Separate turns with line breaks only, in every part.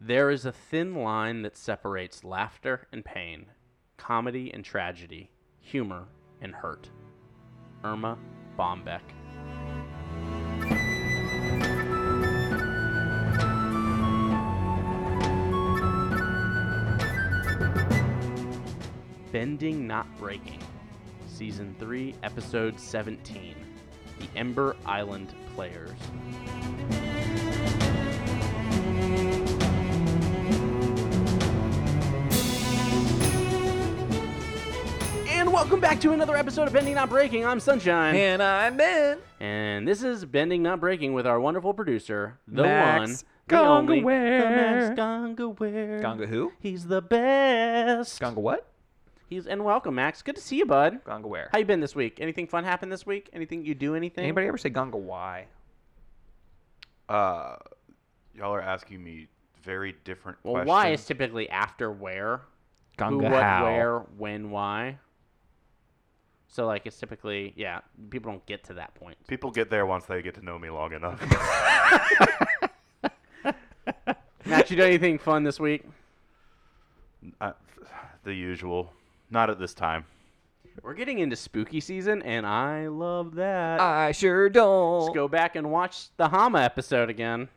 There is a thin line that separates laughter and pain, comedy and tragedy, humor and hurt. Irma Bombeck. Bending Not Breaking, Season 3, Episode 17 The Ember Island Players. And welcome back to another episode of Bending Not Breaking. I'm Sunshine.
And I'm Ben.
And this is Bending Not Breaking with our wonderful producer, the
Max
one, the only, the
Gongaware.
Max Gongaware.
Gonga who?
He's the best.
Gonga what?
He's and welcome, Max. Good to see you, bud.
Gonga where?
How you been this week? Anything fun happened this week? Anything you do? Anything?
Anybody ever say Gonga why?
Uh, y'all are asking me very different
Well,
questions.
why is typically after where? Who, what, where, when, why? So like it's typically yeah. People don't get to that point.
people get there once they get to know me long enough?
Max, you do anything fun this week?
Uh, the usual. Not at this time.
We're getting into spooky season, and I love that.
I sure don't.
Let's go back and watch the Hama episode again.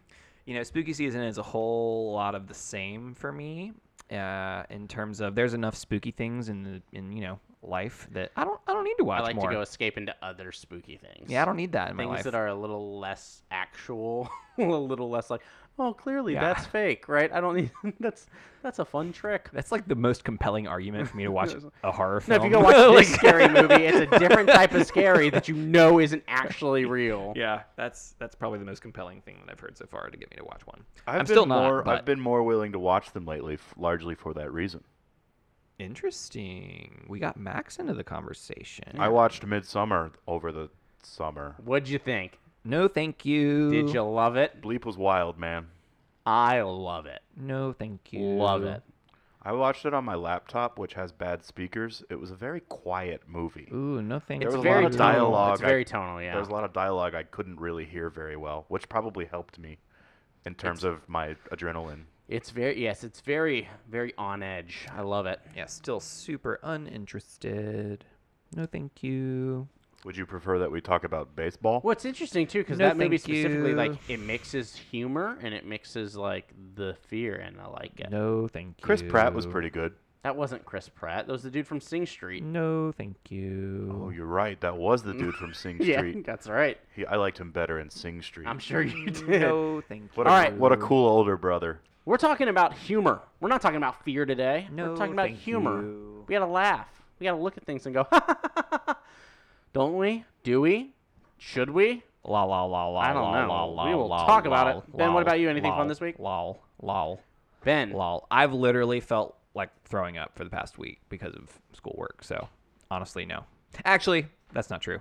You know, spooky season is a whole lot of the same for me. Uh, in terms of there's enough spooky things in the in you know life that I don't I don't need to watch
I like
more.
to go escape into other spooky things.
yeah, I don't need that in my
things
life.
that are a little less actual, a little less like, oh, clearly
Yeah.
that's fake, right? I don't need that's that's a fun trick.
That's like the most compelling argument for me to watch a horror
No, if
film.
you go watch this
Like-
scary movie, it's a different type of scary that you know isn't actually real.
Yeah, that's that's probably the most compelling thing that I've heard so far to get me to watch one.
I've
am
been
still
more.
not. But
I've been more willing to watch them lately, f- largely for that reason.
interesting. We got Max into the conversation.
I watched Midsummer over the summer.
What'd you think?
No, thank you.
Did you love it?
Bleep was wild, man.
I love it.
No, thank you.
Love it.
I watched it on my laptop, which has bad speakers. It was a very quiet movie.
Ooh, no, thank
There
It's
you.
was a lot
very
of
tonal.
dialogue.
It's
I-
very tonal. Yeah.
There was a lot of dialogue I couldn't really hear very well, which probably helped me in terms of my adrenaline.
It's very yes, it's very very on edge. I love it.
Yeah, still super uninterested. No, thank you.
Would you prefer that we talk about baseball?
What's interesting too, because
No,
that movie
thank
specifically,
you.
like it mixes humor and it mixes like the fear, and I like it.
No, thank you.
Chris Pratt was pretty good.
That wasn't Chris Pratt. That was the dude from Sing Street.
No, thank you.
Oh, you're right. That was the dude from Sing
Yeah,
Street.
that's right.
He, I liked him better in Sing Street.
I'm sure you did.
no, thank you.
what a,
All right.
what a cool older brother.
We're talking about humor. We're not talking about fear today.
No,
We're talking about
thank
humor.
you.
We gotta laugh. We gotta look at things and go, don't we? Do we? Should we?
La la la la.
I don't
la,
know.
La, la,
We will
la,
talk
la,
about it. Ben, what
la,
about you? Anything
la,
fun this week?
Lol, lol,
Ben,
lol. I've literally felt like throwing up for the past week because of schoolwork. So honestly, no. Actually, that's not true.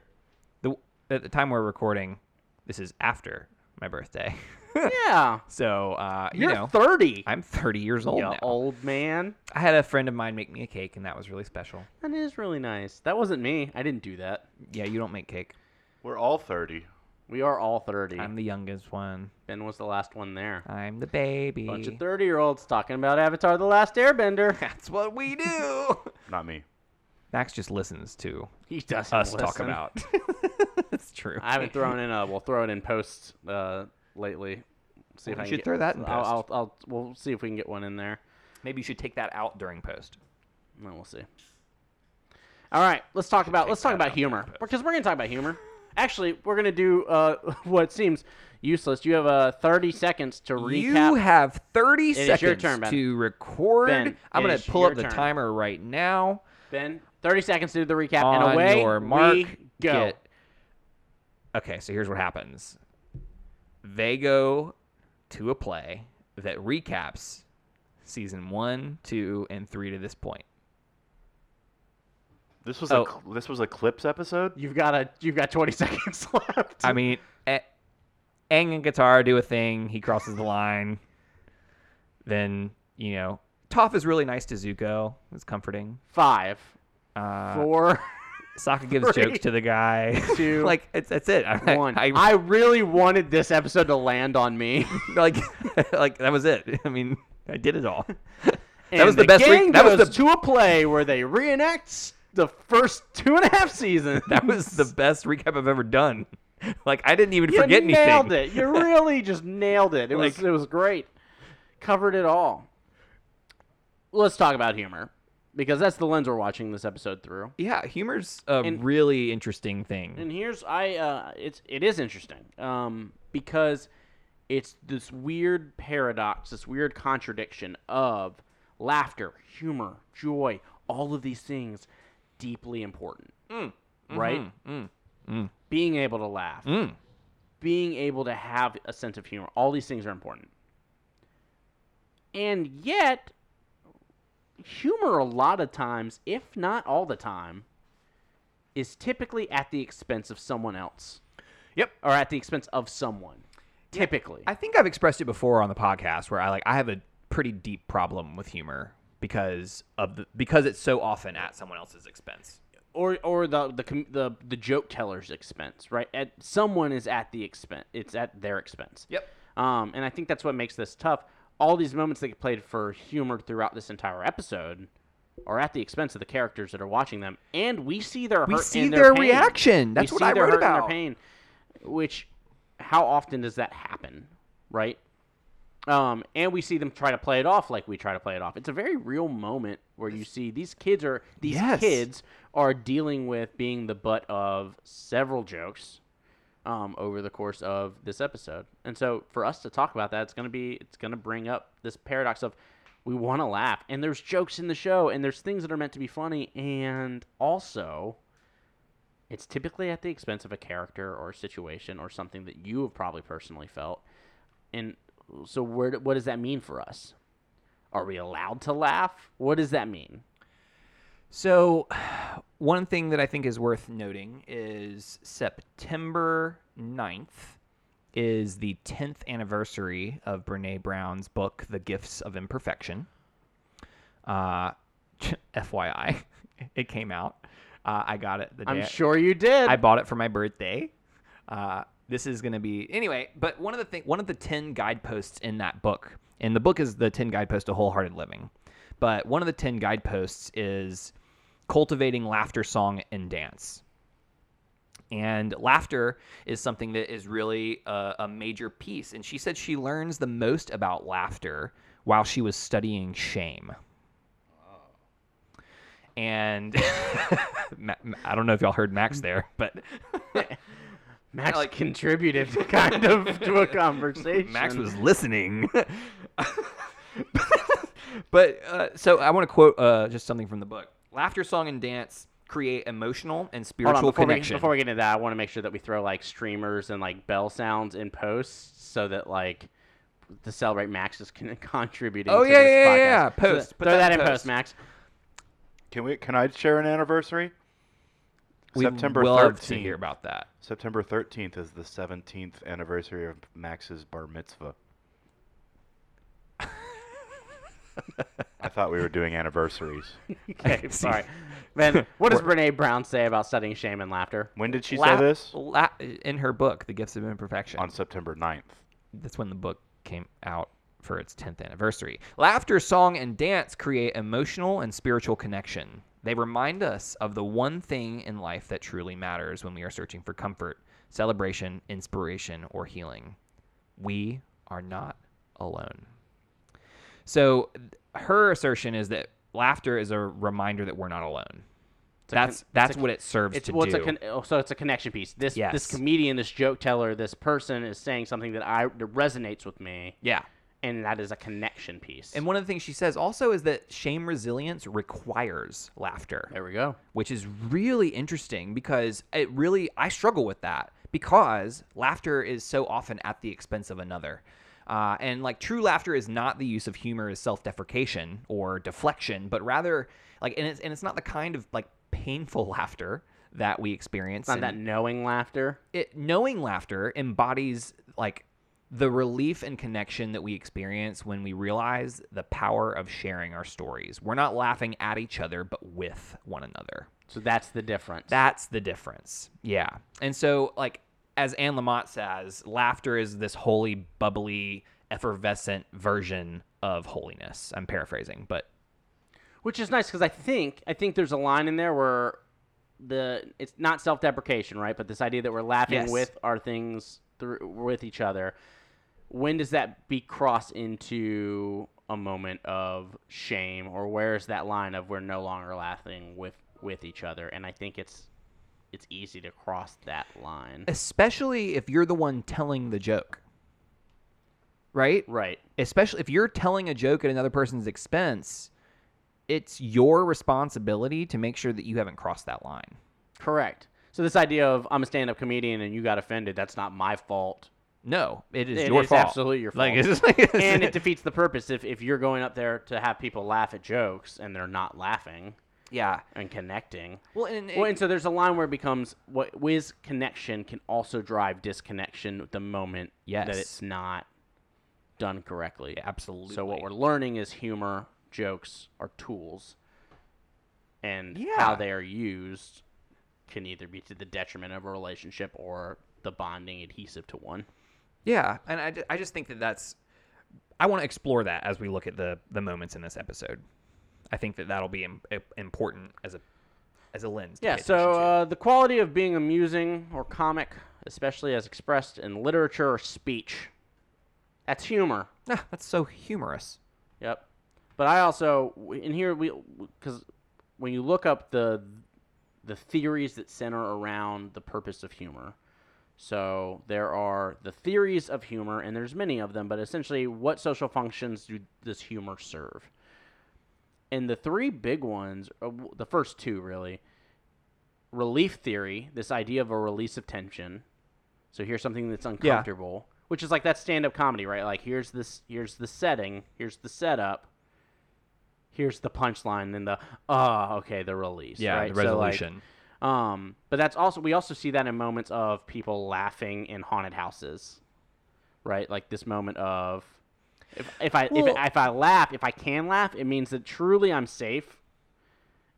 The at the time we're recording, this is after my birthday.
yeah,
so uh, you
you're
know,
30.
I'm 30 years old
you
now.
old man.
I had a friend of mine make me a cake, and that was really special.
That is really nice. That wasn't me. I didn't do that.
Yeah, you don't make cake.
We're all 30.
We are all 30.
I'm the youngest one.
ben was the last one there.
I'm the baby.
Bunch of 30 year olds talking about Avatar The Last Airbender.
that's what we do.
Not me.
Max just listens to
he doesn't
us talk
listen.
about. That's true.
I haven't thrown in a. We'll throw it in post uh, lately. See if I
Well, you
can
should
get-
throw that in
I'll,
post.
I'll, I'll, we'll see if we can get one in there.
Maybe you should take that out during post.
No, we'll see. All right, let's talk about let's talk
that
about
out
humor
there, Post.
because we're gonna talk about humor. Actually, we're gonna do uh, what seems useless. You have uh, 30 seconds to recap.
You have 30
is your
seconds
turn, Ben.
to record.
Ben,
I'm
it
going
is
to pull
your
up the
turn.
timer right now.
Ben, 30 seconds to do the recap,
on
and away
your mark,
we go.
get- Okay, so here's what happens. They go to a play that recaps season one, two, and three to this point.
This was
Oh.
a cl- this was a clips episode.
You've got a you've got 20 seconds left.
I mean, eh, Aang and Guitar do a thing. He crosses the line. Then you know, Toph is really nice to Zuko. It's comforting.
Five,
Uh,
four,
Sokka gives
three,
jokes to the guy.
two,
like it's that's it. I,
one.
I,
I really wanted this episode to land on me.
like like that was it. I mean, I did it all.
And
was the best re-
gang
that was
goes
the-
to a play where they reenact the first two and a half seasons.
That was the best recap I've ever done. Like I didn't even
you
forget anything.
nailed it. You really just nailed it. It was
Like-
it was great. Covered it all. Let's talk about humor because that's the lens we're watching this episode through.
Yeah, humor's a
And-
really interesting thing.
And here's I uh, it's it is interesting um, because it's this weird paradox, this weird contradiction of laughter, humor, joy, all of these things deeply important, right? Being able to laugh,
Mm.
being able to have a sense of humor, all these things are important. And yet, humor a lot of times, if not all the time, is typically at the expense of someone else
Yep.
or at the expense of someone. Typically.
I think I've expressed it before on the podcast where I like I have a pretty deep problem with humor because of the because it's so often at someone else's expense.
or or the the com- the the joke teller's expense, right? At someone is at the expense. It's at their expense.
Yep.
Um, and I think that's what makes this tough. All these moments that get played for humor throughout this entire episode are at the expense of the characters that are watching them, and we see their
We
hurt
see
and
their
pain.
reaction.
We
That's what
see
I
their
wrote
hurt and their
about.
pain, which how often does that happen, right? Um, and we see them try to play it off like we try to play it off. It's a very real moment where you see these kids are these
Yes.
kids are dealing with being the butt of several jokes um, over the course of this episode. And so for us to talk about that, it's gonna be it's gonna bring up this paradox of we want to laugh, and there's jokes in the show, and there's things that are meant to be funny, and also it's typically at the expense of a character or a situation or something that you have probably personally felt. And so, where do- what does that mean for us? Are we allowed to laugh? What does that mean?
So, one thing that I think is worth noting is September 9th is the 10th anniversary of Brene Brown's book, The Gifts of Imperfection. Uh, FYI, it came out. Uh, I got it the day
I'm
I-
sure you did.
I bought it for my birthday. Uh, this is gonna be anyway. But one of the thing, one of the ten guideposts in that book, and the book is the ten guideposts to wholehearted living. But one of the ten guideposts is cultivating laughter, song, and dance. And laughter is something that is really a, a major piece. And she said she learns the most about laughter while she was studying shame. And Ma- Ma- I don't know if y'all heard Max there, but
Max contributed kind of to a conversation.
Max was listening. but uh, so I want to quote uh, just something from the book. Laughter, song, and dance create emotional and
Hold
spiritual
on, before we,
connection.
before we get into that, I want to make sure that we throw like streamers and like bell sounds in posts so that like to celebrate Max is con- contributing.
Oh,
to
yeah,
this
yeah,
podcast.
yeah, yeah.
So
Post.
that-
Put
throw
that
that
in
in
post.
post, Max.
Can we? Can I share an anniversary?
We
September
love to
13th.
hear about that.
September 13th is the 17th anniversary of Max's bar mitzvah. I thought we were doing anniversaries.
Okay, sorry. Man, what does Brene Brown say about studying shame and laughter?
When did she
La-
say this?
la- in her book, The Gifts of Imperfection.
On September 9th.
that's when the book came out for its 10th anniversary. Laughter, song, and dance create emotional and spiritual connection. They remind us of the one thing in life that truly matters when we are searching for comfort, celebration, inspiration, or healing. We are not alone. So, th- her assertion is that laughter is a reminder that we're not alone.
a con-
That's
it's
that's
a-
what it serves
It's
to
well,
do.
it's a con- oh, so it's a connection piece. This this
Yes.
comedian, this joke teller, this person is saying something that I that resonates with me,
yeah.
and that is a connection piece.
And one of the things she says also is that shame resilience requires laughter.
there we go.
which is really interesting because it really I struggle with that because laughter is so often at the expense of another. Uh, and like true laughter is not the use of humor as self-deprecation or deflection, but rather like and it's and it's not the kind of like painful laughter that we experience.
Not
in-
that knowing laughter.
it, knowing laughter embodies like the relief and connection that we experience when we realize the power of sharing our stories. We're not laughing at each other, but with one another.
So that's the difference.
That's the difference. Yeah. And so, like, as Anne Lamott says, laughter is this holy, bubbly effervescent version of holiness. I'm paraphrasing, but
which is nice because I think I think there's a line in there where the it's not self-deprecation, right? But this idea that we're laughing
Yes.
with our things through with each other. When does that be crossed into a moment of shame, or where's that line of we're no longer laughing with with each other? And I think it's it's easy to cross that line,
especially if you're the one telling the joke. Right?
right?
especially if you're telling a joke at another person's expense, it's your responsibility to make sure that you haven't crossed that line.
Correct. So this idea of I'm a stand-up comedian and you got offended, that's not my fault.
No, it is
It
your
is
fault.
absolutely your
Like,
fault.
it's like-
and it defeats the purpose if, if you're going up there to have people laugh at jokes and they're not laughing
yeah.
and connecting.
Well, and
Well, and so there's a line where it becomes what whiz connection can also drive disconnection the moment that
Yes.
it's not done correctly.
absolutely.
So what we're learning is humor, jokes are tools, and
Yeah.
how they are used can either be to the detriment of a relationship or the bonding adhesive to one.
yeah, and I, ju- I just think that that's I want to explore that as we look at the the moments in this episode. I think that that'll be Im- im- important as a as a lens. To
Yeah,
pay
so
attention to.
uh, the quality of being amusing or comic, especially as expressed in literature or speech, that's humor.
Ah, that's so humorous.
Yep. But I also in here we because when you look up the the theories that center around the purpose of humor. So there are the theories of humor, and there's many of them, but essentially, what social functions do does humor serve? And the three big ones, uh, w- the first two really, relief theory, this idea of a release of tension. So here's something that's uncomfortable, which is like that stand-up comedy, right? Like here's this, here's the setting, here's the setup, here's the punchline, then the ah, okay, the release. right?
the
So, like,
resolution.
um, but that's also we also see that in moments of people laughing in haunted houses, right? Like this moment of if, if I
Well-
if, if I laugh, if I can laugh, it means that truly I'm safe,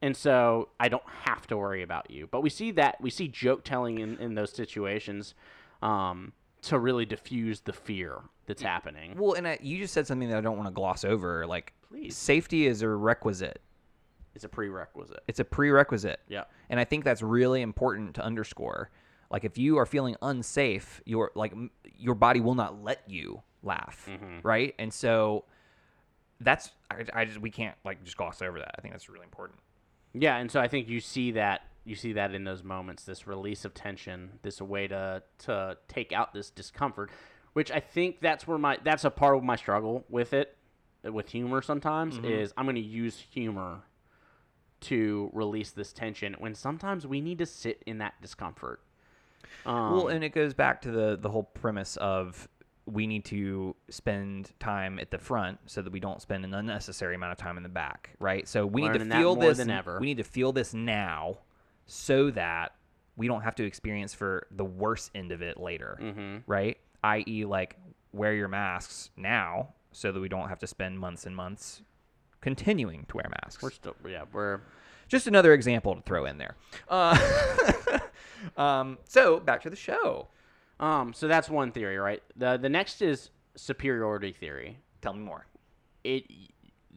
and so I don't have to worry about you. But we see that we see joke telling in in those situations, um, to really diffuse the fear that's happening.
Well, and I, you just said something that I don't want to gloss over. Like,
Please.
safety is a requisite.
It's a prerequisite.
It's a prerequisite.
Yeah.
And I think that's really important to underscore. Like, if you are feeling unsafe, your like m- your body will not let you laugh,
Mm-hmm.
right? And so that's I, I just we can't like just gloss over that. I think that's really important.
Yeah, and so I think you see that you see that in those moments, this release of tension, this way to to take out this discomfort, which I think that's where my that's a part of my struggle with it, with humor sometimes is I'm going to use humor to release this tension when sometimes we need to sit in that discomfort. Um,
well, and it goes back to the the whole premise of we need to spend time at the front so that we don't spend an unnecessary amount of time in the back, right? So we need
Learning
to
that
feel
more
this.
than ever.
We need to feel this now, so that we don't have to experience for the worst end of it later,
Mm-hmm.
right? I.e., like wear your masks now so that we don't have to spend months and months continuing to wear masks
we're still yeah we're
just another example to throw in there uh, um, so back to the show
um so that's one theory, right? The the next is superiority theory.
tell me more
it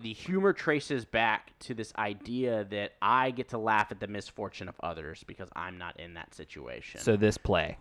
the humor traces back to this idea that I get to laugh at the misfortune of others because I'm not in that situation.
So this play,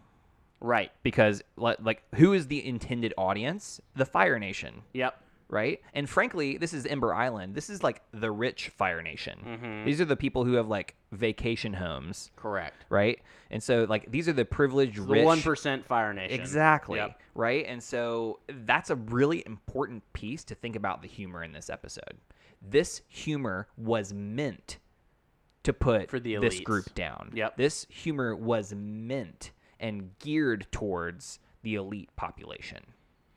right.
because li- like, who is the intended audience? The Fire Nation,
Yep.
right? And frankly, this is Ember Island. This is like the rich Fire Nation.
Mm-hmm.
These are the people who have like vacation homes,
Correct.
right? And so like these are the privileged
The
rich.
one percent Fire Nation.
Exactly.
Yep.
Right. And so that's a really important piece to think about the humor in this episode. This humor was meant to put
For the
this
elites.
group down.
Yep.
This humor was meant and geared towards the elite population.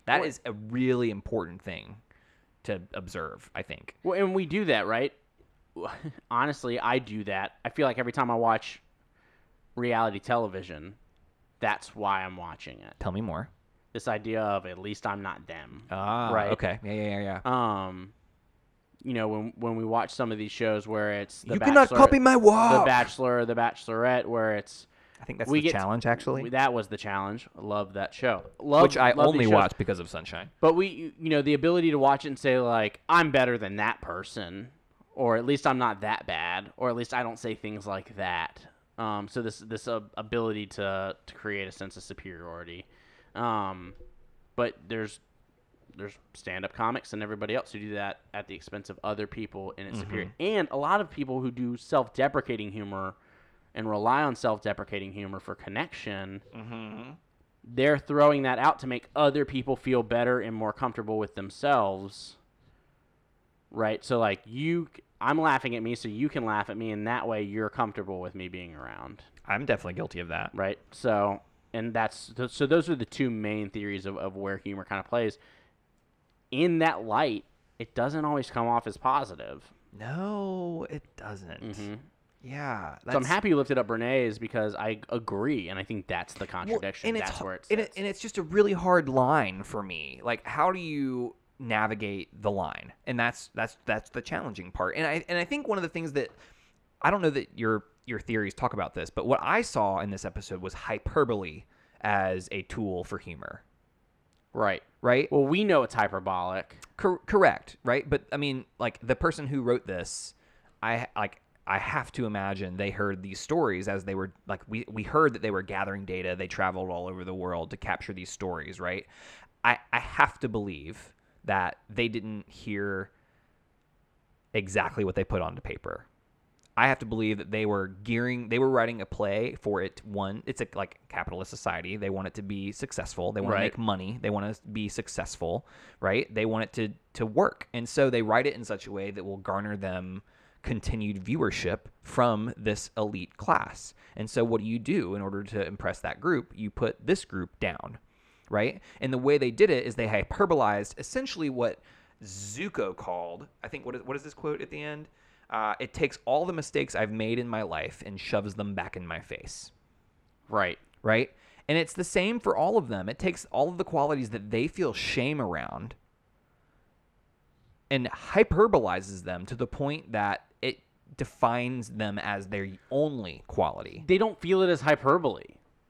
That
Well,
is a really important thing to observe, I think.
Well, and we do that, right? Honestly, I do that. I feel like every time I watch reality television, that's why I'm watching it.
Tell me more.
This idea of at least I'm not them.
Ah,
Right.
Okay. Yeah, yeah, yeah, yeah.
um you know when when we watch some of these shows where it's the
You cannot
Bachelor-
copy my walk.
the bachelor or the bachelorette where it's
I think that's
We
the
get-
challenge actually,
That was the challenge. Love that show. Love,
which I
love these
only
shows.
watch because of Sunshine.
But we, you know, the ability to watch it and say like, I'm better than that person, or at least I'm not that bad, or at least I don't say things like that. Um, so this this uh, ability to to create a sense of superiority. Um, but there's there's stand up comics and everybody else who do that at the expense of other people in its superior, and a lot of people who do self deprecating humor and rely on self deprecating humor for connection they're throwing that out to make other people feel better and more comfortable with themselves right so like you i'm laughing at me so you can laugh at me and that way you're comfortable with me being around
I'm definitely guilty of that.
right so and that's th- so those are the two main theories of, of where humor kind of plays in that light it doesn't always come off as positive
No, it doesn't. Yeah, that's,
Mm-hmm. so i'm happy you lifted up brene's because i agree and i think that's the
Well,
contradiction
and
that's
it's,
where
hard
it
and,
sits.
it, and it's just a really hard line for me. Like, how do you navigate the line? And that's that's that's the challenging part. And I and I think one of the things that I don't know that your your theories talk about this, but what I saw in this episode was hyperbole as a tool for humor,
right
right?
well we know it's hyperbolic
Cor- correct, right? But I mean, like the person who wrote this, I like I have to imagine they heard these stories as they were like we we heard that they were gathering data, they traveled all over the world to capture these stories, right? I I have to believe that they didn't hear exactly what they put onto paper. I have to believe that they were gearing, they were writing a play for it. One, it's a like capitalist society. They want it to be successful. They want
Right.
to make money. They want to be successful, right? They want it to to work, and so they write it in such a way that will garner them continued viewership from this elite class. And so, what do you do in order to impress that group? You put this group down, right? And the way they did it is they hyperbolized essentially what Zuko called. I think what is, what is this quote at the end? Uh, it takes all the mistakes I've made in my life and shoves them back in my face,
right
right? And it's the same for all of them. It takes all of the qualities that they feel shame around and hyperbolizes them to the point that it defines them as their only quality.
they don't feel it as hyperbole.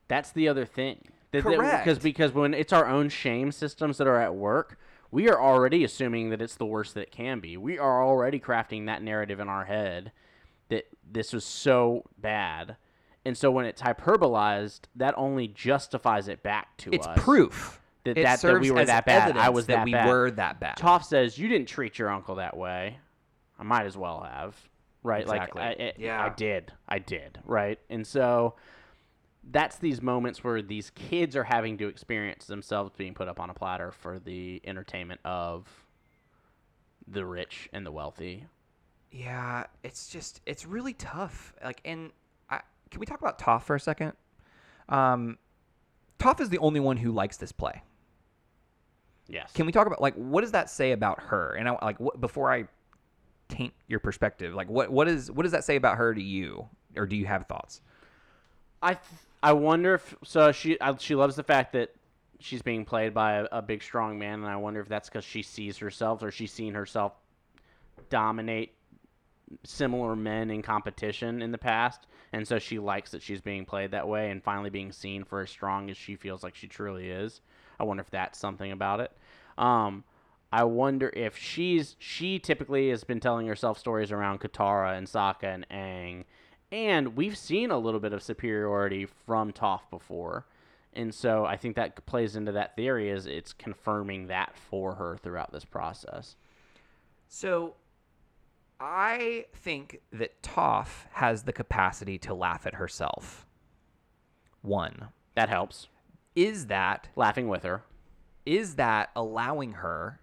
That's the other thing. That- that- Because
Correct.
because when it's our own shame systems that are at work, we are already assuming that it's the worst that it can be. We are already crafting that narrative in our head that this was so bad. And so when it's hyperbolized, that only justifies it back to
It's
us.
proof
that- that-
It
that we
serves
were
as
that bad. I
evidence
was
that,
that
we
bad.
were that bad.
Toph says you didn't treat your uncle that way. I might as well have, right?
Exactly.
Like, I, I,
Yeah.
I did, I did, right? And so, that's these moments where these kids are having to experience themselves being put up on a platter for the entertainment of the rich and the wealthy.
Yeah, it's just it's really tough. Like, and I, can we talk about Toph for a second? Um, Toph is the only one who likes this play.
Yes.
Can we talk about like what does that say about her? And I like what, before I taint your perspective, like what what is what does that say about her to you, or do you have thoughts?
I th- I wonder if so she I, she loves the fact that she's being played by a, a big strong man, and I wonder if that's because she sees herself or she's seen herself dominate similar men in competition in the past, and so she likes that she's being played that way and finally being seen for as strong as she feels like she truly is. I wonder if that's something about it. Um, I wonder if she's she typically has been telling herself stories around Katara and Sokka and Aang, and we've seen a little bit of superiority from Toph before, and so I think that plays into that theory is it's confirming that for her throughout this process.
So, I think that Toph has the capacity to laugh at herself. One
That helps.
is that
Laughing with her.
is that allowing her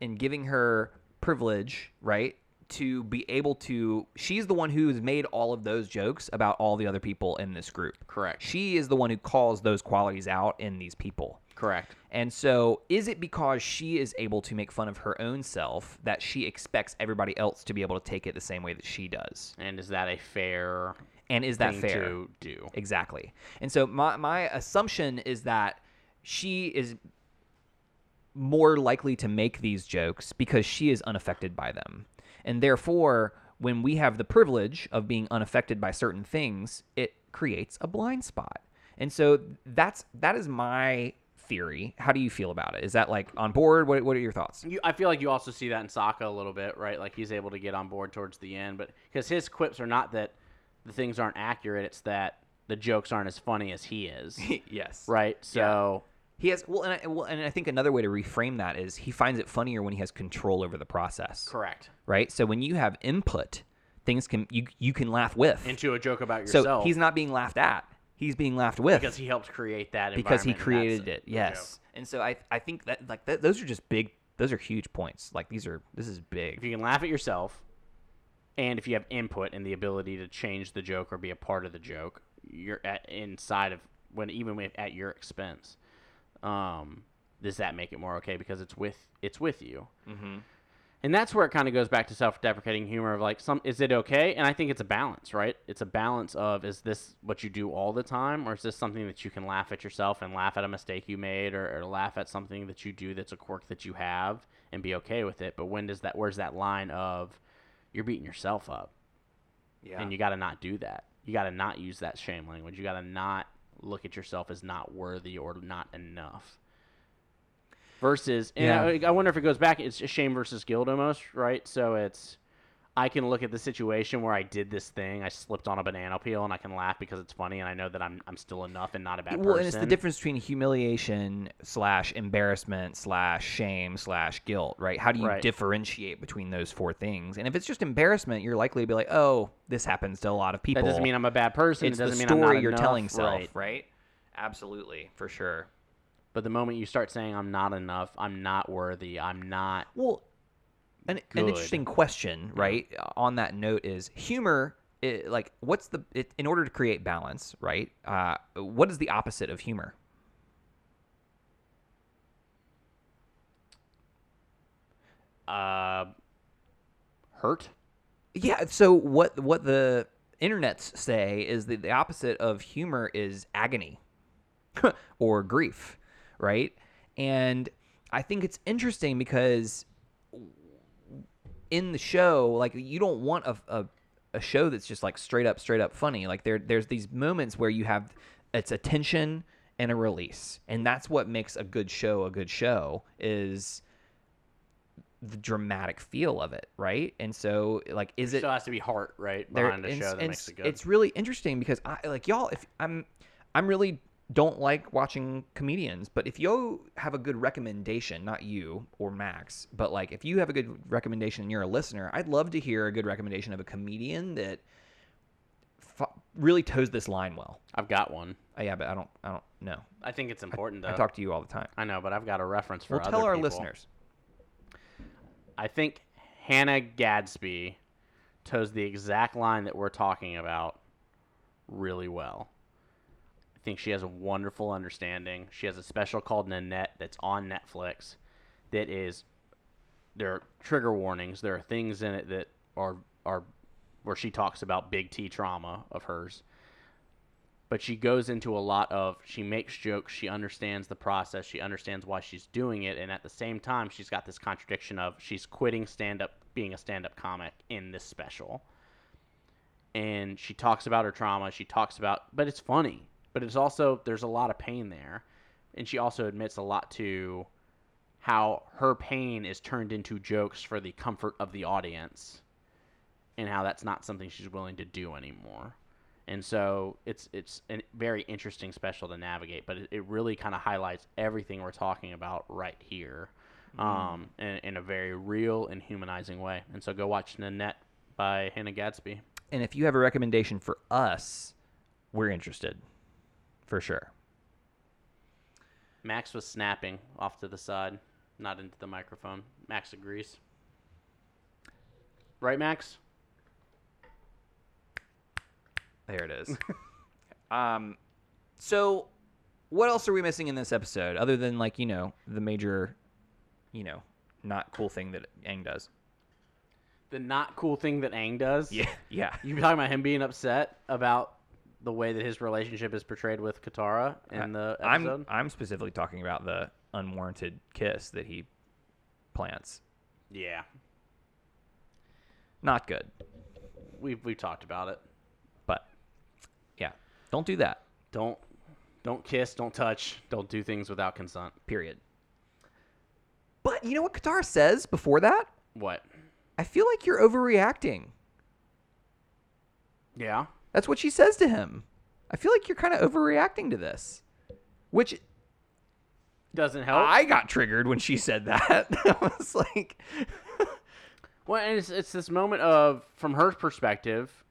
and giving her privilege, right? To be able to, she's the one who's made all of those jokes about all the other people in this group.
Correct.
She is the one who calls those qualities out in these people.
Correct.
And so, is it because she is able to make fun of her own self that she expects everybody else to be able to take it the same way that she does?
And is that a fair
And is that
thing
fair?
to do?
Exactly. And so my my assumption is that she is more likely to make these jokes because she is unaffected by them. And therefore, when we have the privilege of being unaffected by certain things, it creates a blind spot. And so that's that is my theory. How do you feel about it? Is that like on board? What what are your thoughts?
You, I feel like you also see that in Sokka a little bit, right? Like he's able to get on board towards the end, but because his quips are not that the things aren't accurate, it's that the jokes aren't as funny as he is,
yes.
right? So
He has well and I, well and I think another way to reframe that is he finds it funnier when he has control over the process.
correct
Right? So when you have input, things can you you can laugh with.
into a joke about
so
yourself.
he's not being laughed at. He's being laughed with.
because he helped create that
because he
environment, and that's
created it.
the joke.
Yes, and so I I think that like th- those are just big. Those are huge points. Like these are this is
If
big.
you can laugh at yourself, and if you have input and the ability to change the joke or be a part of the joke, you're at, inside of when even with, at your expense. Um, does that make it more okay because it's with it's with you?
Mm-hmm.
and that's where it kind of goes back to self-deprecating humor of like some is it okay and i think it's a balance right it's a balance of is this what you do all the time or is this something that you can laugh at yourself and laugh at a mistake you made or, or laugh at something that you do that's a quirk that you have and be okay with it but when does that where's that line of you're beating yourself up
Yeah.
and you got to not do that you got to not use that shame language you got to not look at yourself as not worthy or not enough versus and I, I wonder if it goes back it's shame versus guilt almost right so it's i can look at the situation where i did this thing i slipped on a banana peel and i can laugh because it's funny and i know that i'm, I'm still enough and not a bad
well,
person
and it's the difference between humiliation slash embarrassment slash shame slash guilt, right? How do you
Right.
differentiate between those four things? And if it's just embarrassment, you're likely to be like, oh, this happens to a lot of people.
that doesn't mean i'm a bad person
it's
it doesn't
the
mean
story
I'm not
you're
enough,
telling self,
right.
right? Absolutely, for sure.
but the moment you start saying i'm not enough i'm not worthy i'm not
Well, an, an
good.
interesting question, right? On that note, is humor i like what's the it, in order to create balance, right? Uh, what is the opposite of humor?
uh hurt
Yeah. So what what the internets say is that the opposite of humor is agony or grief, right? And I think it's interesting because in the show, like you don't want a, a a show that's just like straight up, straight up funny. Like there there's these moments where you have it's a tension and a release, and that's what makes a good show a good show is the dramatic feel of it, right? And so like is it
still has to be heart right
there-
behind the
and-
show that
and
makes it good.
It's really interesting because I like y'all. If I'm, I'm really don't like watching comedians, but if you have a good recommendation, not you or Max, but like if you have a good recommendation and you're a listener, I'd love to hear a good recommendation of a comedian that f- really toes this line well.
I've got one.
Oh, yeah, but I don't, I don't know.
I think it's important
I
though. I,
talk to you all the time.
know, but I've got a reference for.
Well,
other
tell our
people.
listeners.
I think Hannah Gadsby toes the exact line that we're talking about really well. I think she has a wonderful understanding. She has a special called Nanette that's on Netflix. That is, there are trigger warnings. There are things in it that are are where she talks about big T trauma of hers. but she goes into a lot of she makes jokes she understands the process she understands why she's doing it and at the same time she's got this contradiction of she's quitting stand up being a stand up comic in this special and she talks about her trauma she talks about but it's funny but it's also there's a lot of pain there and she also admits a lot to how her pain is turned into jokes for the comfort of the audience and how that's not something she's willing to do anymore and so it's it's a very interesting special to navigate but it, it really kind of highlights everything we're talking about right here um, in, in a very real and humanizing way and so go watch nanette by hannah gadsby
And if you have a recommendation for us, we're interested, for sure.
max was snapping off to the side not into the microphone max agrees right max
There it is. um, so what else are we missing in this episode other than like you know the major, you know, not cool thing that Aang does?
the not cool thing that ang does
yeah.
you talking about him being upset about the way that his relationship is portrayed with katara in the episode
I'm I'm specifically talking about the unwarranted kiss that he plants.
yeah
Not good.
we've we've talked about it.
But yeah, don't do that.
Don't don't kiss, don't touch, don't do things without consent.
Period. But you know what Qatar says before that?
What?
I feel like you're overreacting.
Yeah.
That's what she says to him. I feel like you're kind of overreacting to this. Which
Doesn't help.
I got triggered when she said that. I was like,
Well, and it's it's this moment of from her perspective,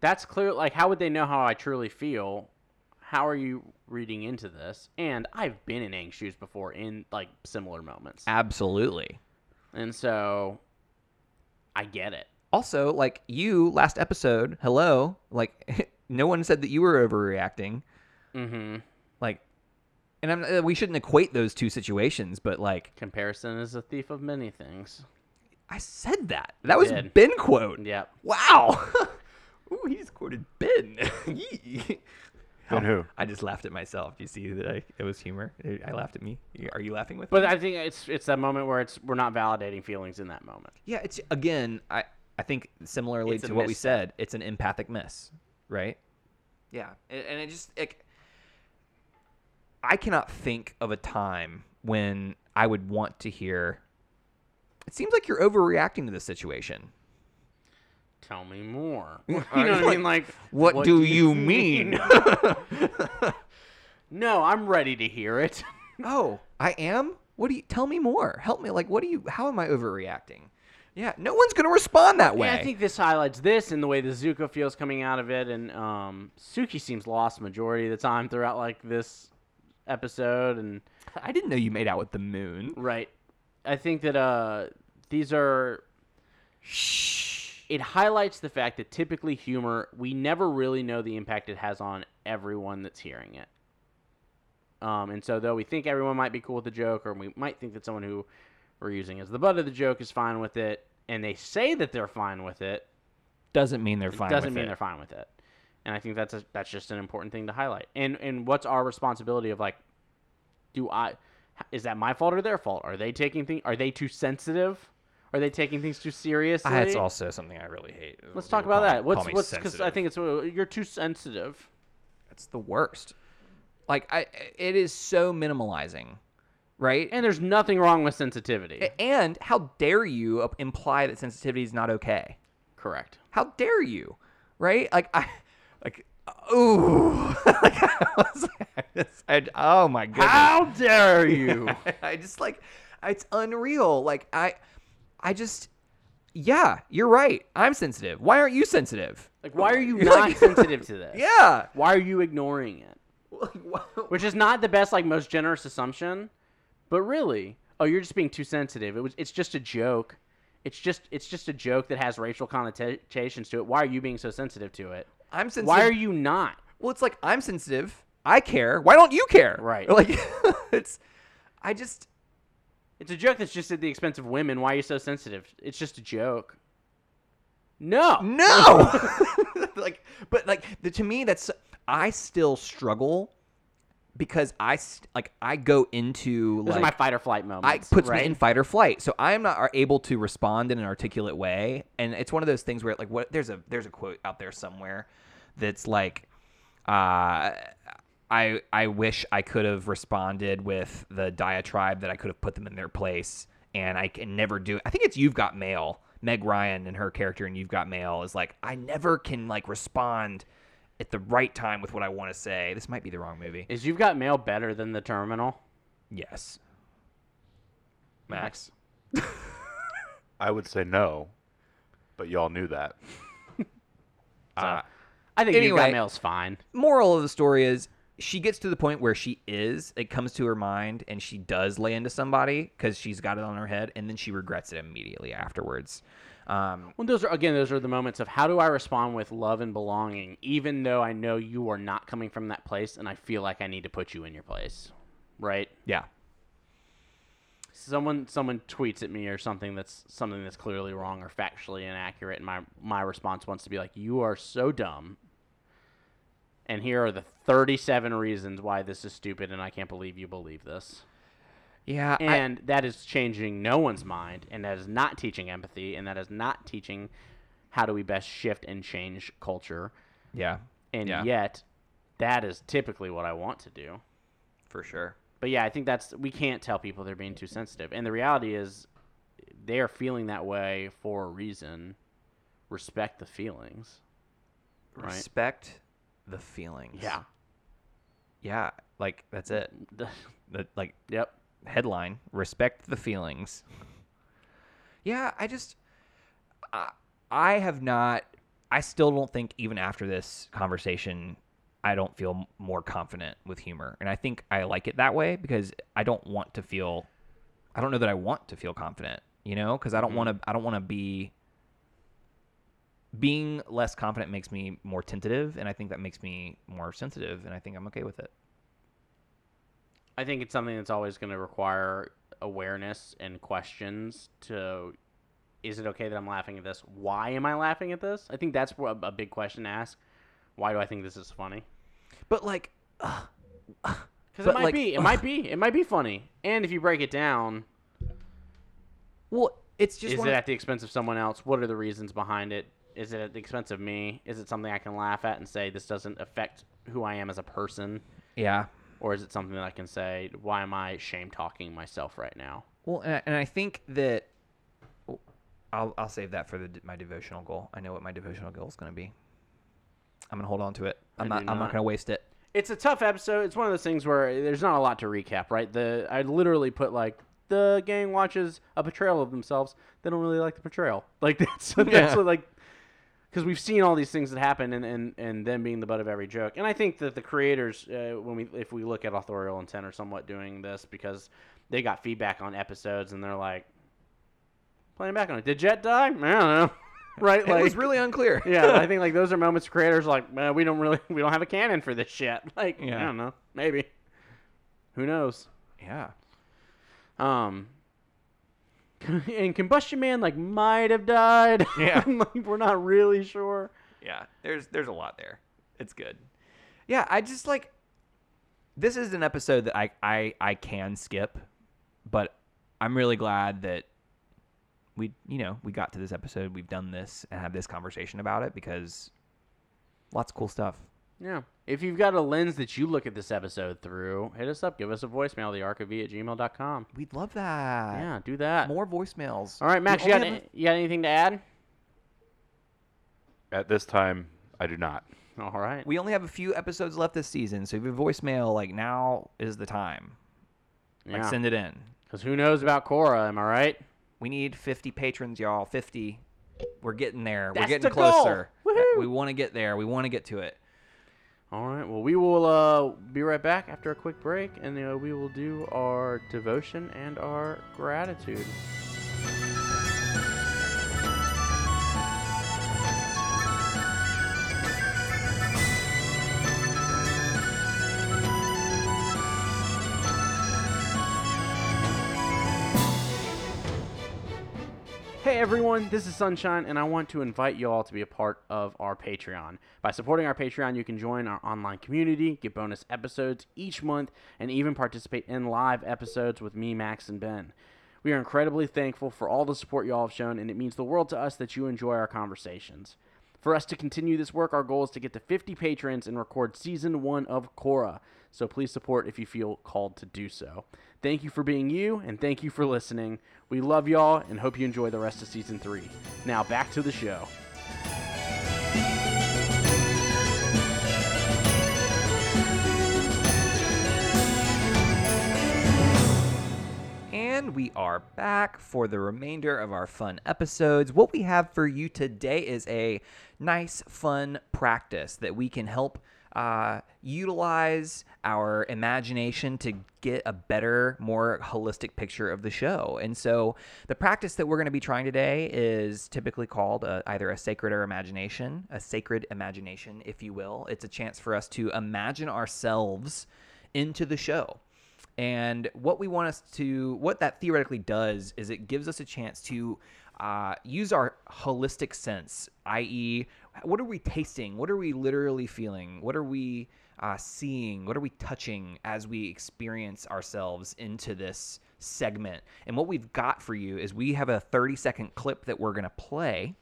that's clear. Like, how would they know how I truly feel? How are you reading into this? And I've been in Aang's shoes before in like similar moments,
absolutely.
and so I get it.
Also, like you last episode, hello, like no one said that you were overreacting.
hmm
Like, and I'm, uh, we shouldn't equate those two situations, but like
Comparison is a thief of many things.
I said that. That was
did.
Ben quote.
Yep.
Wow. Ooh, he just quoted Ben. Yee.
Ben who?
I just laughed at myself. Do you see that I, it was humor? I- I laughed at me. You- Are you laughing with
But
me?
I think it's it's that moment where it's we're not validating feelings in that moment.
yeah, it's again, I, I think similarly
It's a
to what we
misstep.
said, it's an empathic miss, right? Yeah. And, and it just, like, I cannot think of a time when I would want to hear, it seems like you're overreacting to this situation.
Tell me more. You know what I mean? Like,
What, do you mean?
No, I'm ready to hear it.
oh, I am? What do you tell me more? Help me. Like, what do you, how am I overreacting? Yeah, no one's going to respond that way.
Yeah, I think this highlights this and the way the Zuko feels coming out of it, and um, Suki seems lost majority of the time throughout like this episode, and
I didn't know you made out with the moon.
right, I think that uh, these are.
Shh.
It highlights the fact that typically humor, we never really know the impact it has on everyone that's hearing it. Um, and so, though we think everyone might be cool with the joke, or we might think that someone who we're using as the butt of the joke is fine with it, and they say that they're fine with it,
Doesn't mean they're fine.
doesn't
with
mean
it.
they're fine with it. And I think that's a, that's just an important thing to highlight. And and what's our responsibility of like, do I is that my fault or their fault? Are they taking things? Are they too sensitive? Are they taking things too seriously?
That's also something I really hate.
Let's
People
talk about
call-
that. What's
call me
what's because I
sensitive.
think it's uh, you're too sensitive.
it's the worst. Like I, it is so minimalizing, right?
And there's nothing wrong with sensitivity.
and how dare you up- imply that sensitivity is not okay?
Correct.
How dare you? Right? Like I, like ooh, like I was, I just, I, oh my goodness.
dare you?
I just like it's unreal. Like I I just yeah, you're right. I'm sensitive. Why aren't you sensitive?
like, why are you
Like-
not sensitive to this?
Yeah.
Why are you ignoring it?
Like, wha-
which is not the best like most generous assumption but really oh you're just being too sensitive it was it's just a joke it's just it's just a joke that has racial connotations to it why are you being so sensitive to it
I'm sensitive.
why are you not
Well, it's like I'm sensitive. I care. Why don't you care?
Right.
Like it's I just
it's a joke that's just at the expense of women why are you so sensitive it's just a joke no
no. like but like the, to me that's I still struggle because I st- like I go into
those
like
are my fight or flight moments
I puts
right?
me in fight or flight. So I am not are able to respond in an articulate way, and it's one of those things where like what there's a there's a quote out there somewhere that's like, uh, I I wish I could have responded with the diatribe that I could have put them in their place, and I can never do. it. I think it's you've got mail. Meg Ryan and her character and You've Got Mail is like I never can like respond at the right time with what I want to say. This might be the wrong movie.
is you've got mail better than the terminal
Yes. Max.
I would say no, but y'all knew that.
Uh,
i think you've got
Anyway.
mail's fine
moral of the story is she gets to the point where she is it comes to her mind and she does lay into somebody because she's got it on her head and then she regrets it immediately afterwards um,
Well, those are again, those are the moments of how do I respond with love and belonging, even though I know you are not coming from that place, and I feel like I need to put you in your place, right?
yeah
Someone, someone tweets at me or something that's something that's clearly wrong or factually inaccurate, and my my response wants to be like, "You are so dumb," and here are the thirty-seven reasons why this is stupid, and I can't believe you believe this.
yeah I-
And that is changing no one's mind, and that is not teaching empathy, and that is not teaching how do we best shift and change culture?
Yeah.
And
Yeah.
yet, that is typically what I want to do.
For sure.
But yeah, I think that's we can't tell people they're being too sensitive. And the reality is they are feeling that way for a reason. Respect the feelings. Right.
Respect the feelings.
Yeah.
Yeah. Like that's it. The, like
yep.
headline respect the feelings yeah i just I, I have not i still don't think even after this conversation i don't feel m- more confident with humor and i think i like it that way because i don't want to feel i don't know that i want to feel confident you know because i don't want to i don't want to be being less confident makes me more tentative and i think that makes me more sensitive and i think i'm okay with it
I think it's something that's always going to require awareness and questions to is it okay that I'm laughing at this? Why am I laughing at this? I think that's where a a big question to ask. Why do I think this is funny?
but like
Because it
But,
might
like,
be. It might be. It might be funny. And if you break it down,
well it's just
is
one
it
of-
at the expense of someone else? What are the reasons behind it? Is it at the expense of me? Is it something I can laugh at and say this doesn't affect who I am as a person?
yeah
Or is it something that I can say, why am I shame talking myself right now?
Well, and I, and I think that I'll I'll save that for the, my devotional goal. I know what my devotional goal is going to be. I'm going to hold on to it. I'm
I
not,
do
I'm
not.
not going to waste it.
It's a tough episode. It's one of those things where there's not a lot to recap, right? The I literally put like the gang watches a portrayal of themselves. They don't really like the portrayal. Like that's that's
Yeah.
what, like because we've seen all these things that happen and, and, and them being the butt of every joke. And I think that the creators, uh, when we if we look at authorial intent, are somewhat doing this because they got feedback on episodes and they're like playing back on it. Did Jet die? I don't know. right?
it was really unclear.
yeah, I think like those are moments creators are like, man, we don't really we don't have a canon for this shit. Like, I
Yeah.
don't know, maybe. Who knows?
yeah.
Um, and Combustion Man like might have died.
Yeah.
like, we're not really sure.
Yeah. There's there's a lot there. It's good. Yeah, I just like this is an episode that I I I can skip, but I'm really glad that we you know, we got to this episode, we've done this and have this conversation about it because lots of cool stuff.
Yeah. If you've got a lens that you look at this episode through, hit us up. Give us a voicemail, thearchiv at gmail.com.
We'd love that.
Yeah, do that.
More voicemails.
Uh, All right, Max, you
We
got,
only have
any- you got anything to add?
At this time, I do not.
All right.
a- we only have a few episodes left this season, so if you voicemail, like now is the time. Like
yeah.
send it in.
Because who knows about Cora, am I right?
We need 50 patrons, y'all. 50. We're getting there.
That's
We're getting
the goal.
closer.
Woohoo.
We want to get there. We want to get to it.
All right. Well, we will uh, be right back after a quick break, and uh, we will do our devotion and our gratitude. Hey everyone, this is Sunshine, and I want to invite you all to be a part of our Patreon. By supporting our Patreon, you can join our online community, get bonus episodes each month, and even participate in live episodes with me, Max, and Ben. We are incredibly thankful for all the support you all have shown, and it means the world to us that you enjoy our conversations. For us to continue this work, our goal is to get to 50 patrons and record season one of Cora, so please support if you feel called to do so. Thank you for being you, and thank you for listening. We love y'all and hope you enjoy the rest of season three. Now, back to the show.
And we are back for the remainder of our fun episodes. What we have for you today is a nice, fun practice that we can help uh, utilize our imagination to get a better, more holistic picture of the show. And so, the practice that we're going to be trying today is typically called uh, either a sacred or imagination, a sacred imagination, if you will. It's a chance for us to imagine ourselves into the show. And what we want us to, what that theoretically does is it gives us a chance to uh, use our holistic sense, i.e., what are we tasting? What are we literally feeling? What are we uh, seeing? What are we touching as we experience ourselves into this segment? And what we've got for you is we have a 30 second clip that we're going to play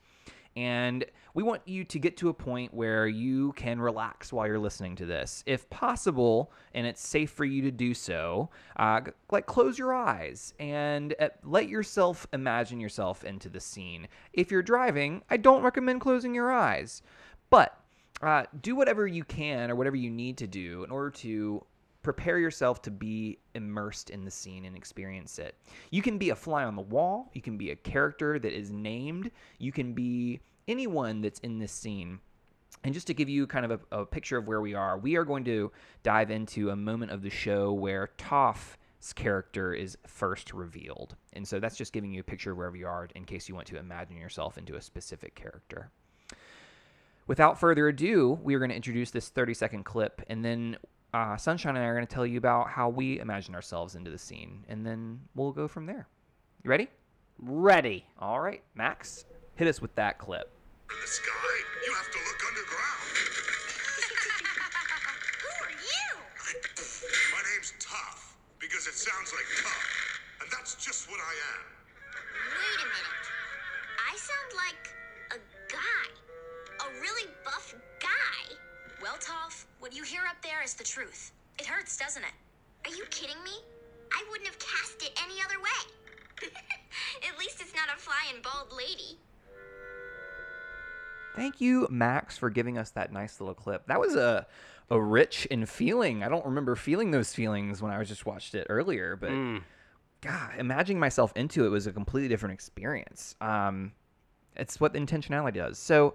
And we want you to get to a point where you can relax while you're listening to this. If possible, and it's safe for you to do so, uh, g- like close your eyes and uh, let yourself imagine yourself into the scene. If you're driving, I don't recommend closing your eyes. But uh, do whatever you can or whatever you need to do in order to prepare yourself to be immersed in the scene and experience it. You can be a fly on the wall, you can be a character that is named, you can be anyone that's in this scene. And just to give you kind of a, a picture of where we are, we are going to dive into a moment of the show where Toph's character is first revealed. And so that's just giving you a picture of wherever you are in case you want to imagine yourself into a specific character without further ado, we are going to introduce this 30 second clip, and then uh, Sunshine and I are going to tell you about how we imagine ourselves into the scene, and then we'll go from there. You ready?
Ready.
All right, Max, hit us with that clip.
in the sky, you have to look underground.
Who are you?
My name's Tough because it sounds like tough, and that's just what I am.
Wait a minute. I sound like a guy. A really buff guy. Well, Toph, what you hear up there is the truth. It hurts, doesn't it? Are you kidding me? I wouldn't have cast it any other way. At least it's not a flying bald lady.
Thank you, Max, for giving us that nice little clip. That was a a rich and feeling. I don't remember feeling those feelings when I was just watched it earlier, but
Mm.
God, imagining myself into it was a completely different experience. Um, it's what intentionality does. So,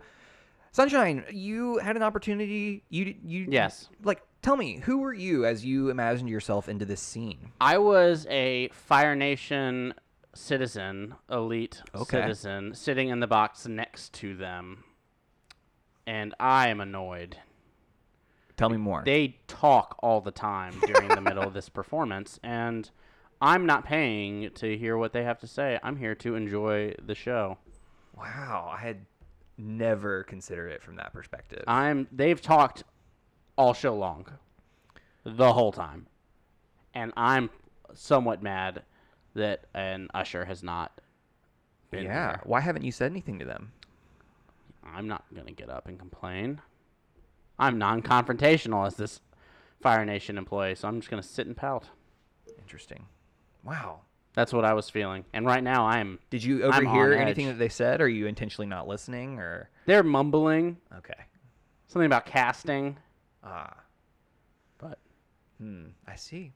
Sunshine, you had an opportunity. You you
Yes.
Like, tell me, who were you as you imagined yourself into this scene?
I was a Fire Nation citizen, elite
Okay.
citizen, sitting in the box next to them, and I am annoyed.
Tell me more.
They talk all the time during the middle of this performance, and I'm not paying to hear what they have to say. I'm here to enjoy the show.
wow, I had never considered it from that perspective.
I'm. They've talked all show long, the whole time, and I'm somewhat mad that an usher has not. Been
yeah.
there.
Why haven't you said anything to them?
I'm not going to get up and complain. I'm non confrontational as this Fire Nation employee, so I'm just going to sit and pout.
Interesting. Wow.
That's what I was feeling. And right now I'm.
Did you
I'm on
overhear anything
edge.
that they said? Or are you intentionally not listening? Or
They're mumbling
okay,
something about casting,
ah,
but
I see.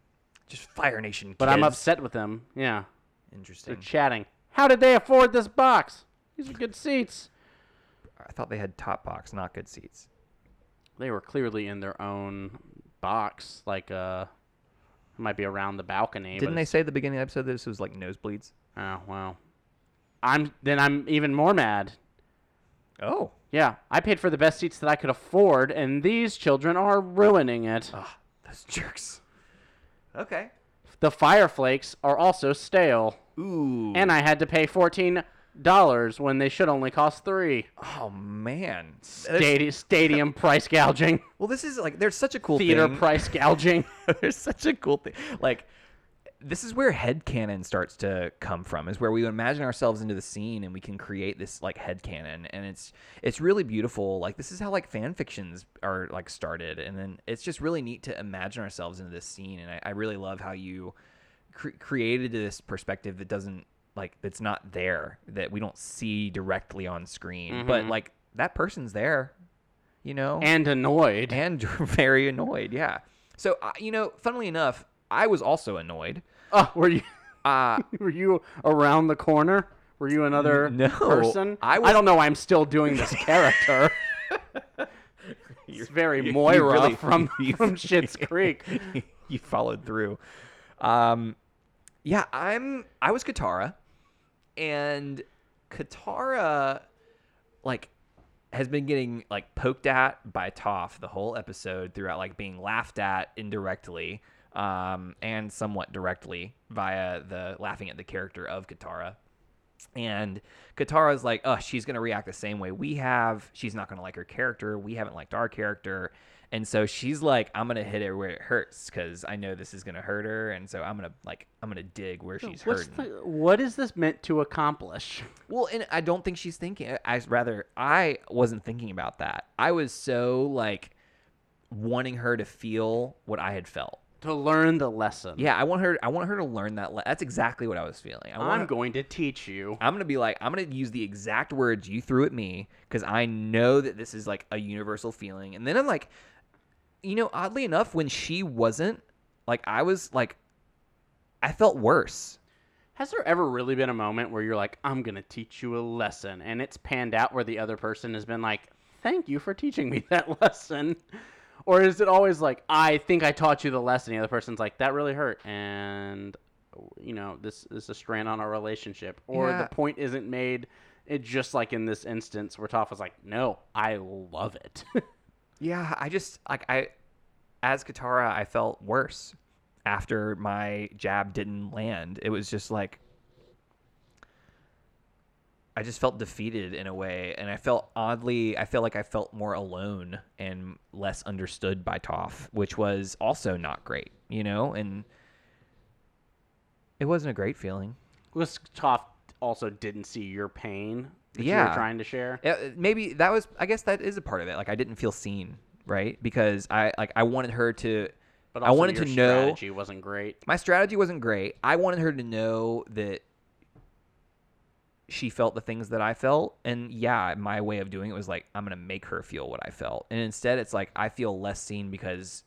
Just Fire Nation.
but I'm
kids.
upset with them. Yeah. They're
Interesting.
chatting. How did they afford this box? These are good seats.
I thought they had top box, not good seats.
They were clearly in their own box, like uh it might be around the balcony. but
Didn't they
it's-
say at the beginning of the episode that this was like nosebleeds?
Oh wow. I'm then I'm even more mad
Oh,
Yeah, I paid for the best seats that I could afford, and these children are ruining it.
ah, those jerks. Okay.
The fire flakes are also stale,
Ooh.
and I had to pay fourteen dollars when they should only cost three.
oh man. That's-
Stadium, stadium price gouging,
Well, this is like there's such a cool
theater
thing.
price gouging.
There's such a cool thing. Like this is where headcanon starts to come from is where we imagine ourselves into the scene and we can create this like headcanon and it's it's really beautiful like this is how like fan fictions are like started and then it's just really neat to imagine ourselves into this scene and i, I really love how you cre- created this perspective that doesn't like that's not there that we don't see directly on screen but like that person's there you know
and annoyed.
and very annoyed. Yeah. So uh, you know, funnily enough, I was also annoyed.
oh, were you
Uh,
were you around the corner? Were you another
No,
person?
I
I
was-
don't know. why I'm still doing this character. it's very Moira
really-
from
you-
from Schitt's Creek.
you followed through. Um, yeah, I'm. I was Katara, and Katara, like, has been getting like poked at by Toph the whole episode throughout, like being laughed at indirectly, um, and somewhat directly via the laughing at the character of Katara. And Katara's like, oh, she's going to react the same way we have. She's not going to like her character. We haven't liked our character. And so she's like, I'm gonna hit her where it hurts because I know this is gonna hurt her, and so I'm gonna like I'm gonna dig where she's
What's
hurting.
the, what is this meant to accomplish?
Well, and I don't think she's thinking. I- I rather I wasn't thinking about that. I was so like wanting her to feel what I had felt.
To learn the lesson.
Yeah, I want her. I want her to learn that. Le- that's exactly what I was feeling. I want
I'm going to teach you.
I'm gonna be like, I'm gonna use the exact words you threw at me because I know that this is like a universal feeling. And then I'm like, you know, oddly enough, when she wasn't, like, I was like, I felt worse.
Has there ever really been a moment where you're like, I'm going to teach you a lesson, and it's panned out where the other person has been like, thank you for teaching me that lesson? Or is it always like, I think I taught you the lesson, the other person's like, that really hurt, and, you know, this is a strain on our relationship? Or
Yeah.
the point isn't made, it just like in this instance where Toph was like, no, I love it.
Yeah, I just like I, as Katara, I felt worse after my jab didn't land. It was just like. I just felt defeated in a way, and I felt oddly. I feel like I felt more alone and less understood by Toph, which was also not great, you know. And it wasn't a great feeling.
Was Toph also didn't see your pain that you
Yeah.
were trying to share?
Uh, maybe that was i guess that is a part of it like i didn't feel seen right because i like i wanted her to
But
i
also
wanted to
your
know
strategy wasn't great.
my strategy wasn't great i wanted her to know that she felt the things that i felt and yeah my way of doing it was like i'm gonna make her feel what i felt and instead it's like i feel less seen because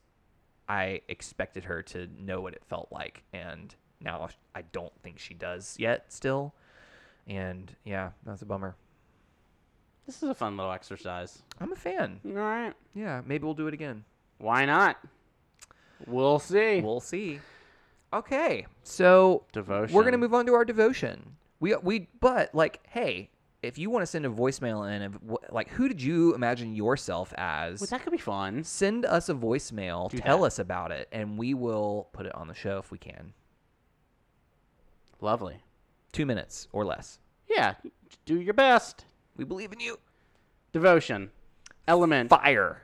i expected her to know what it felt like and now i don't think she does yet still and yeah that's a bummer
This is a fun little exercise.
i'm a fan
All right.
Yeah, maybe we'll do it again.
Why not? We'll see.
We'll see. Okay, so We're gonna
Devotion.
move on to our devotion. We we but like hey, if you want to send a voicemail in of wh- like who did you imagine yourself as?
Well, that could be fun.
Send us a voicemail. tell
that.
us about it, and we will put it on the show if we can.
Lovely.
Two minutes or less.
Yeah. Do your best.
We believe in you.
Devotion. Element.
Fire.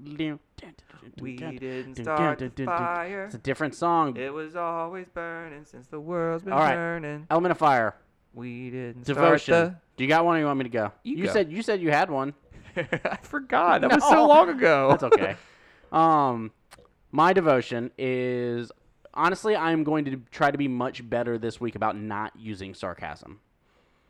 We
didn't
start the fire. It's a different song.
was always burning since the world's been
All right. Element of Fire.
We didn't
Devotion. Do you got one or you want me to go?
You
you
go.
said you said you had one.
I forgot. Ah, That was
No.
so long ago.
That's okay. um, my devotion is honestly, I'm going to try to be much better this week about not using sarcasm.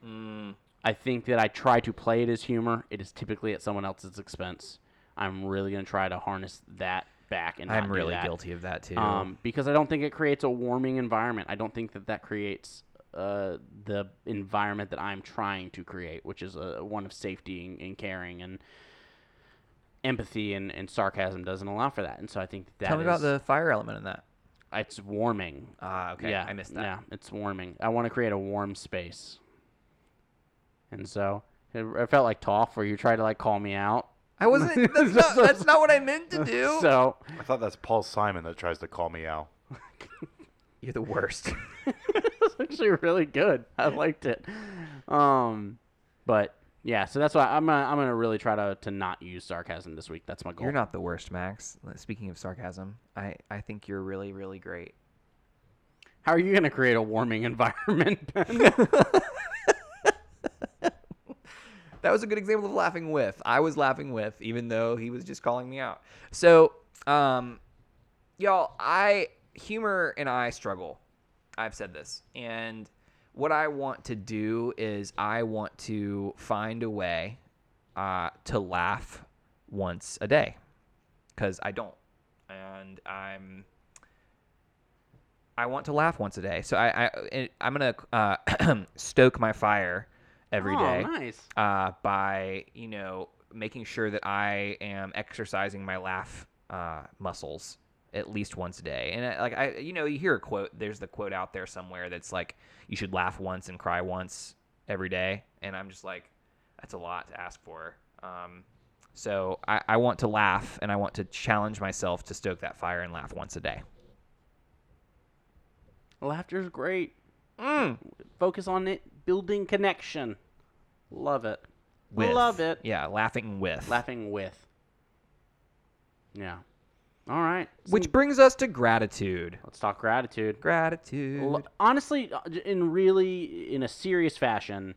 Mm.
I think that I try to play it as humor. It is typically at someone else's expense. I'm really going to try to harness that back and not
I'm
do
really
that.
guilty of that too.
Um, because I don't think it creates a warming environment. I don't think that that creates uh, the environment that I'm trying to create, which is uh one of safety and, and caring and empathy and, and sarcasm doesn't allow for that. And so I think that, that
Tell me about
is-
the fire element in that.
it's warming.
Ah, okay.
yeah,
I missed that.
Yeah, it's warming. I want to create a warm space. And so it, it felt like Toph, where you try to like call me out.
I wasn't. That's not, that's not what I meant to do.
So
I thought that's Paul Simon that tries to call me out.
You're the worst.
It's actually really good. I liked it. Um, but yeah, so that's why I'm gonna, I'm gonna really try to, to not use sarcasm this week. That's my goal.
You're not the worst, Max. Speaking of sarcasm, I I think you're really really great.
How are you gonna create a warming environment? Ben?
That was a good example of laughing with. I was laughing with, even though he was just calling me out. So, um, y'all, I humor and I struggle. I've said this, and what I want to do is I want to find a way uh, to laugh once a day, because I don't, and I'm I want to laugh once a day. So I, I I'm gonna uh, stoke my fire every
oh,
day
nice.
uh, by you know making sure that I am exercising my laugh uh, muscles at least once a day. And I, like I, you know, you hear a quote. There's the quote out there somewhere that's like, "You should laugh once and cry once every day." And I'm just like, that's a lot to ask for. Um, so I, I want to laugh and I want to challenge myself to stoke that fire and laugh once a day. Mm.
Laughter's great. Focus on it building connection. Love it.
With.
Love it.
Yeah, laughing with.
Laughing with. Yeah. All right.
Which brings us to gratitude.
Let's talk gratitude.
Gratitude.
L- honestly, uh, in really in a serious fashion,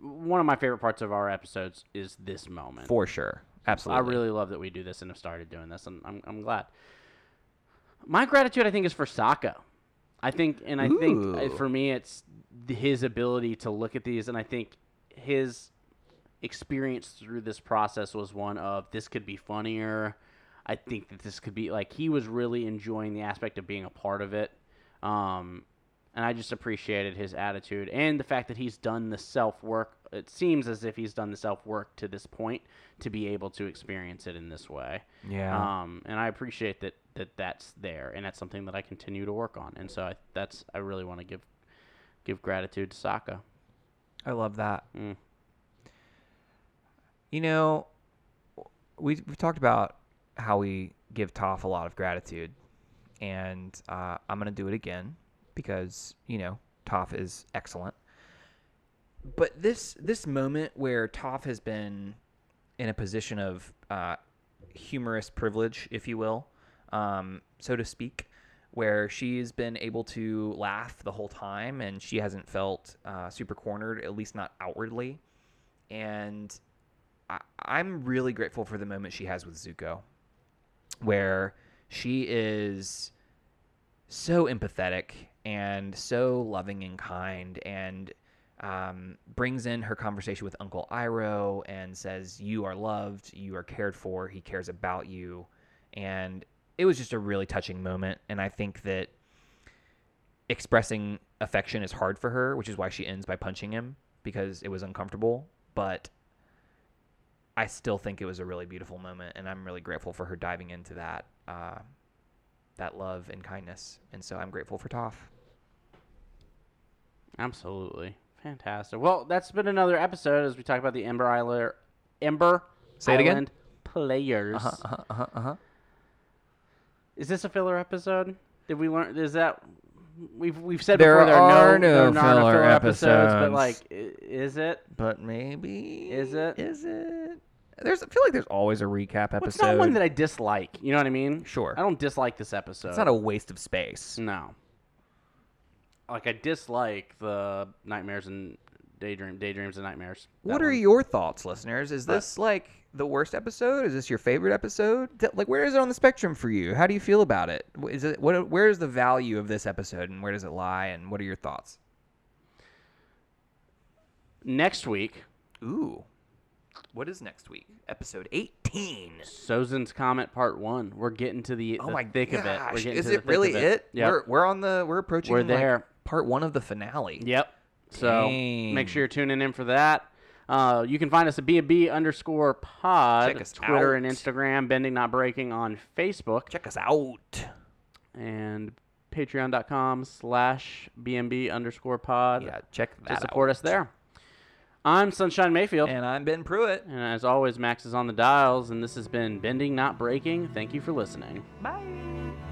one of my favorite parts of our episodes is this moment.
For sure.
I
Absolutely.
really love that we do this and have started doing this, and I'm, I'm glad. My gratitude, I think, is for Saka. I think, and I think uh,
Ooh.
for me, it's th- his ability to look at these, and I think his experience through this process was one of this could be funnier. I think that this could be like he was really enjoying the aspect of being a part of it. Um, and I just appreciated his attitude and the fact that he's done the self work. It seems as if he's done the self work to this point to be able to experience it in this way.
Yeah.
Um, and I appreciate that, that that's there, and that's something that I continue to work on. And so I, that's I really want to give give gratitude to Saka.
I love that.
Mm.
You know, we we've talked about how we give Toph a lot of gratitude, and uh, I'm gonna do it again because you know Toph is excellent. But this this moment where Toph has been in a position of uh, humorous privilege, if you will, um, so to speak, where she's been able to laugh the whole time and she hasn't felt uh, super cornered, at least not outwardly. And I- I'm really grateful for the moment she has with Zuko, where she is so empathetic and so loving and kind and um, brings in her conversation with Uncle Iroh and says, You are loved, you are cared for, he cares about you. And it was just a really touching moment. And I think that expressing affection is hard for her, which is why she ends by punching him because it was uncomfortable. But I still think it was a really beautiful moment, and I'm really grateful for her diving into that uh, that love and kindness. And so I'm grateful for Toph.
Absolutely. Fantastic. Well, that's been another episode as we talk about the Ember Island Ember
Say it again. Uh-huh,
Island players. Is this a filler episode? Did we learn is that we've we've said
There
before there are,
are
no,
no
there are not
filler
filler episodes, but
episodes.
like i- is it?
But maybe
Is it?
Is it? There's I feel like there's always a recap episode.
Well, it's not one that I dislike. You know what I mean?
Sure.
I don't dislike this episode.
It's not a waste of space.
no. Like I dislike the nightmares and daydream daydreams and nightmares.
What
That
are
one. Uh,
your thoughts, listeners? Is this like the worst episode? Is this your favorite episode? Th- Like, where is it on the spectrum for you? How do you feel about it? Wh- Is it what? Where is the value of this episode, and where does it lie? And what are your thoughts?
next week?
Ooh, what is next week? Episode eighteen.
Sozin's Comet Part One. We're getting to the,
Oh
the
my
thick
gosh,
of it. We're getting
is
to the
it
thick
really
of
it?
Yep.
We're, we're on the we're approaching.
We're
like,
there.
part one of the finale.
yep. So
Dang.
make sure you're tuning in for that. Uh, you can find us at B&B underscore pod,
Check us
Twitter
out.
and Instagram, Bending Not Breaking on Facebook,
Check us out.
and patreon.com slash B&B underscore pod
Yeah, check that
to support
out.
us there. I'm Sunshine Mayfield,
And I'm Ben Pruitt.
and as always, Max is on the dials, and this has been Bending Not Breaking. Thank you for listening.
Bye.